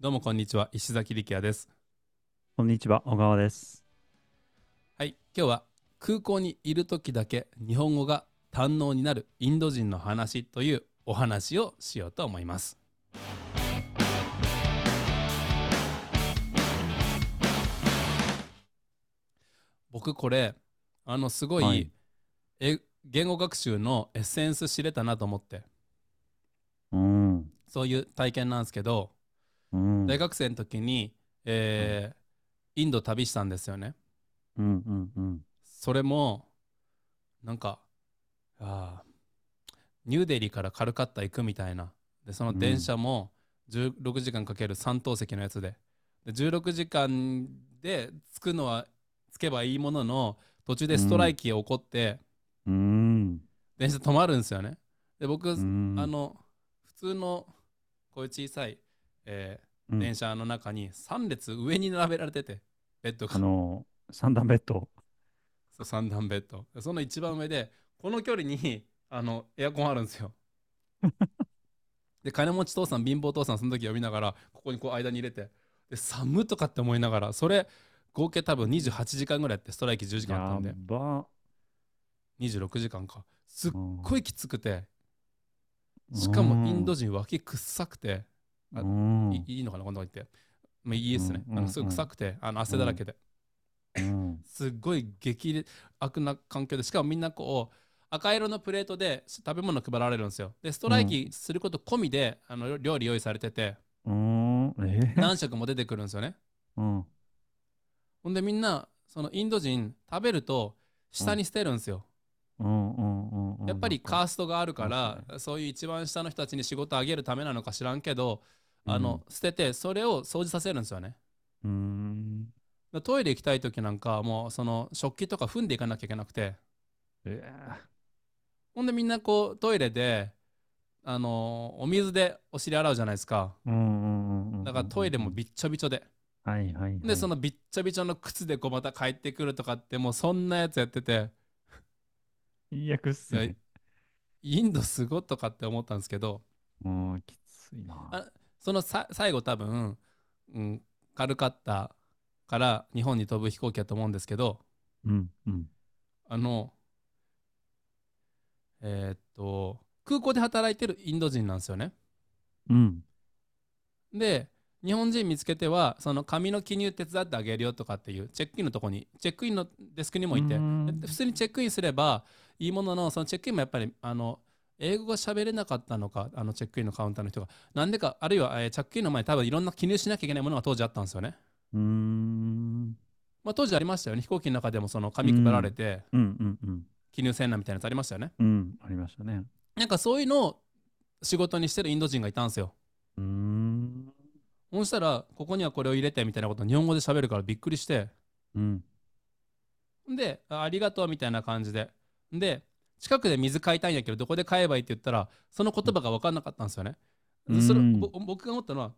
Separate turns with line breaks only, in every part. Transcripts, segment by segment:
どうもこんにちは石崎力也です
こんにちは、小川です。
はい今日は空港にいる時だけ日本語が堪能になるインド人の話というお話をしようと思います僕これあのすごい、
はい
え言語学習のエッセンス知れたなと思って
うん。
そういう体験なんですけど
うん。
大学生の時に、えーインド旅したんですよね
うんうんうん。
それもなんかあーニューデリーからカルカッタ行くみたいなでその電車も16時間かける3等席のやつでで16時間で着くのは着けばいいものの途中でストライキが起こって、
うん。
電車止まるんですよねで僕、
うん
あ、の普通のこういう小さい、え
う
ー
ん
電車の中に3列上に並べられててベッドが
あの、三段ベッド。
そう三段ベッドその一番上でこの距離にあのエアコンあるんです よで金持ち父さん貧乏父さんその時呼びながらここにこう間に入れてで寒とかって思いながらそれ合計多分28時間ぐらいやってストライキ10時間あったんで
やば。
26時間かすっ
うん
ごいきつくてしかもインド人脇くっさくてあ
うん。
いいいのかなこんなこと言って、まあ、いいですね
うん
なんかすごい臭くてあの汗だらけで
うん
すっごい激悪な環境でしかもみんなこう赤色のプレートで食べ物配られるんですよでストライキすること込みで、あの料理用意されてて
うん。うん。えー
何食も出てくるんですよね
うん。
ほんでみんなそのインド人食べると下に捨てるんですよ、
うんうんうんうん。
やっぱりカ
ー
ーストがあるから
そう、
そういう一番下の人たちに仕事あげるためなのか知らんけど、あ
う
の
ん
捨ててそれを掃除させるんですよね
うん。
だトイレ行きたい時なんかもうその食器とか踏んでいかなきゃいけなくて
え
ほんでみんなこうトイレで、あのーお水でお尻洗うじゃないですか。
ーうんうんうんうん。
だからトイレもびっちょびちょで。
はいはいはい。
で、そのびっちょびちょの靴でこうまた帰ってくるとかって、もうそんなやつやってて、
最悪っす
い
ね
や。インドすごっとかって思ったんですけど、
もうんきついな。
あそのさ最後多分、うん、カルカッタから日本に飛ぶ飛行機やと思うんですけど、
うんうん。
あの、えーっと、空港で働いてるインド人なんですよね。
うん。
で日本人見つけてはその紙の記入手伝ってあげるよとかっていうチェックインのとこにチェックインのデスクにもいてで
うん
普通にチェックインすればいいもののそのチェックインもやっぱりあの英語が喋れなかったのかあのチェックインのカウンターの人がなんでかあるいは、えーチェックインの前に多分いろんな記入しなきゃいけないものが当時あったんですよね、
うん。
まあ、当時ありましたよね飛行機の中でもその紙配られて
うんうんうん。
記入せんなみたいなやつありましたよね
うん。ありましたね。
なんかそういうのを仕事にしてるインド人がいたんですよ
うん。
そしたらここにはこれを入れてみたいなことを日本語で喋るからびっくりして
うん。
で、あありがとうみたいな感じで。で、近くで水買いたいんやけど、どこで買えばいいって言ったら、その言葉が分かんなかったんですよね。
うん
それ
うん
ぼ僕が思ったのは、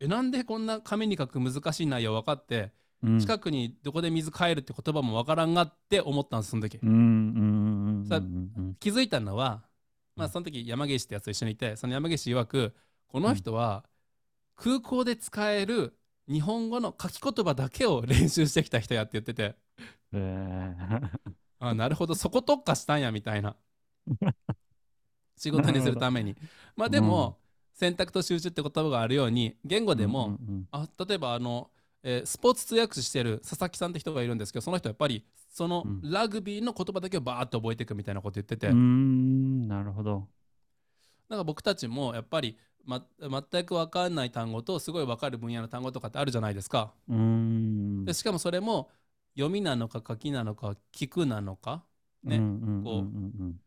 え、なんでこんな紙に書く難しい内容分かって、
うん
近くにどこで水買えるって言葉も分からんがって思ったんです、その時
う。んうんうん
さ
うん
気づいたのは、まあ、
うん
その時山岸ってやつと一緒にいて、その山岸曰く、この人は空港で使える日本語の書き言葉だけを練習してきた人やって言ってて、
うん。え
あなるほどそこ特化したんやみたい な仕事にするためにまあでも、選択と集中って言葉があるように言語
ー
でも、、
うん
あ例えばあの、えースポーツ通訳してる佐々木さんって人がいるんですけどその人やっぱりその
うん
ラグビーの言葉だけをバーッと覚えていくみたいなこと言ってて、
うんうんうーん、なるほど。
なんか僕たちもやっぱり、ま、全く分かんない単語とすごい分かる分野の単語とかってあるじゃないですか。
うーん。
でしかもそれも読みなのか書きなのか聞くなのかね
うんうん
こう
うんうん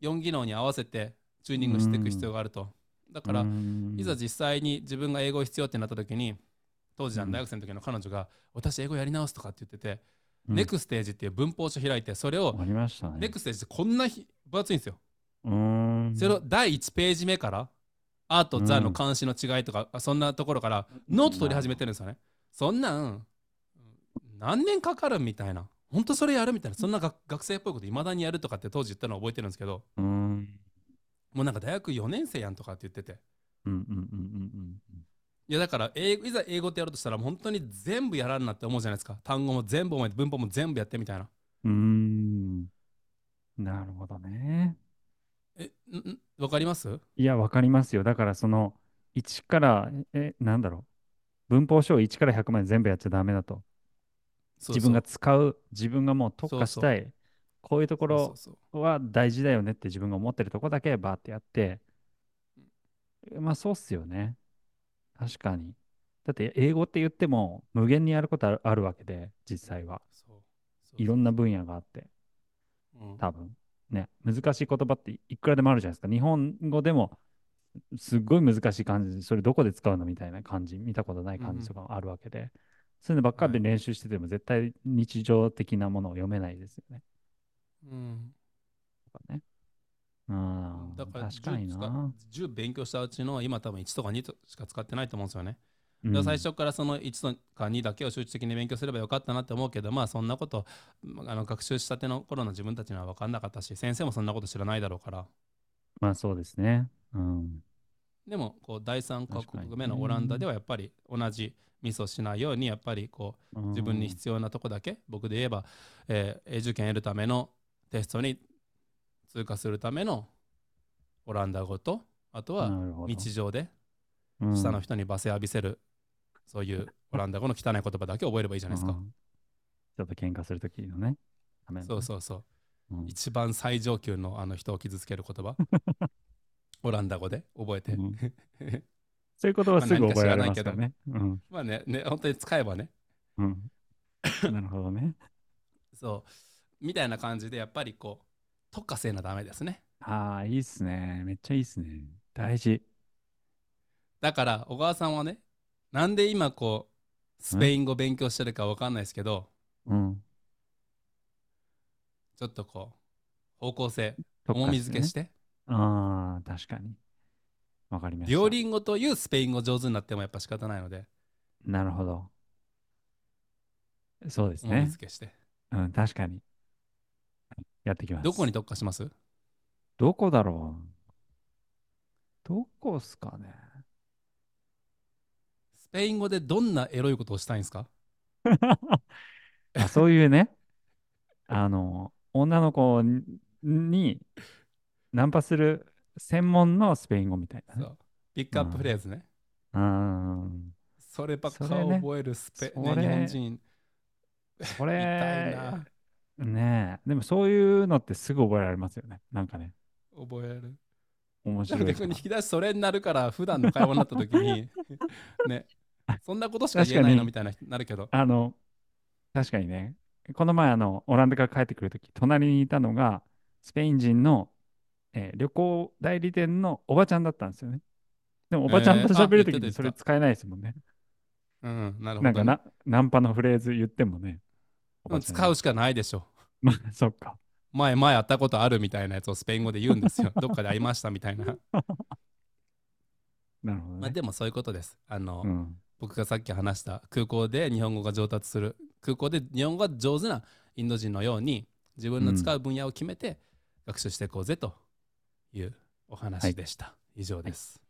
4技能に合わせてチューニングしていく必要があると。だから、
うん
いざ実際に自分が英語必要ってなった時に当時あの
うん
大学生の時の彼女が「私英語やり直す」とかって言ってて、
うん
ネクステージっていう文法書開いてそれを
ありました
ネ
ね。
クステージってこんなひ分厚いんですよ。
うーん。
それを第1ページ目からアート
うん
ザの監視の違いとか、そんなところからノート取り始めてるんですよね。そんなん何年かかるみたいな。本当それやるみたいな。そんな学学生っぽいこといまだにやるとかって当時言ったのを覚えてるんですけど。
うーん。
もうなんか大学4年生やんとかって言ってて
うんうんうんうんうん
いやだから英語いざ英語ってやろうとしたらもう本当に全部やらんなって思うじゃないですか単語も全部覚えて文法も全部やってみたいな
うーん。なるほどね。
えんんわかります
いや、わかりますよ。だから、その、1から、え、えなんだろう。文法書を1から100まで全部やっちゃダメだと。
そうそう
自分が使う、自分がもう特化
そうそう
したい。こういうとこ
そう
ろ
そうそう
は大事だよねって自分が思ってるとこだけバーってやって。まあ、そうっすよね。確かに。だって、英語って言っても、無限にやることあるあるわけで、実際は。
そうそう
いろんな分野があって。
うん
多分ね、難しい言葉っていくらでもあるじゃないですか。日本語でもすっごい難しい漢字、それどこで使うのみたいな漢字、見たことない漢字とかもあるわけで、そういうのばっかりで
はい
練習してても絶対日常的なものを読めないですよね。
うん
とかねうん、
だから
確かに
10使
な。
10勉強したうちの今多分1とか2としか使ってないと思うんですよね
うん
だから最初からその1とか2だけを集中的に勉強すればよかったなって思うけどまあそんなことまああの学習したての頃の自分たちには分かんなかったし先生もそんなこと知らないだろうから
まあそうですね。うん。
でもこう第三カ
確かに
国目のオランダではやっぱり同じミスをしないようにやっぱりこう自分に必要なとこだけ僕で言えば、えー永住権得るためのテストに通過するためのオランダ語とあと
要
は日常で下の人に罵声浴びせるそういうオランダ語の汚い言葉だけ覚えればいいじゃないですか。
ちょっと喧嘩するときのね。ためのね
そうそうそう。
うん
一番最上級のあの人を傷つける 言葉オランダ語で覚えて。
うんそういうことはすぐ覚えられますからね。うん
まあねね本当に使えばね
うん。なるほどね。
そうみたいな感じでやっぱりこう特化せなダメですね
ああ、いいっすね。めっちゃいいっすね。大事。
だから小川さんはねなんで今こうスペイン語勉強してるかわかんないですけど
うん。
ちょっとこう方向性
特
重
化
み付けして
ね。
て
ああ、確かに。わかりました。
両輪語というスペイン語上手になってもやっぱ仕方ないので
なるほど。そうです
重み
ね。
付けして、
うん、確かに。やっていきます。
どこに特化します
どこだろうどこっすかね。
スペイン語でどんなエロいことをしたいんですか
あそういうね、あの、女の子ににナンパする専門のスペイン語みたいな
そ
ね。
うピックアップフレーズね、
うん。
そればっか
それね
覚えるスペ、ね
それ
日本人痛
こ
い
れ、
な
ねえ、でもそういうのってすぐ覚えられますよね。なんかね、
覚える
面
で
白
も
い
逆
か
に
ら。
引き出しそれになるから普段の会話になった時 にねそんなことしか言えない
確か
の
に
みたいな人になるけど
あの、確かにね、この前、あの、オランダから帰ってくるとき、隣にいたのが、スペイン人の、えー旅行代理店のおばちゃんだったんですよね。でも、おばちゃんと
えーあ
喋ると
言って
き
た
にそ
言
れ
って
使えないですもんね。
うんなるほ
なん
どね
かな、ナンパのフレーズ言ってもね、お
う
ば
ん
ちゃん
使うしかないでしょ
まあ、そっか。
前前会ったことあるみたいなやつをスペイン語で言うんです よどっかで会いましたみたいな
なるほど
まあ
ね。
でもそういうことですあの、
うん。
僕がさっき話した空港で日本語が上達する空港で日本語が上手なインド人のように自分の使う分野を決めて学習していこうぜというお話でした、以上です、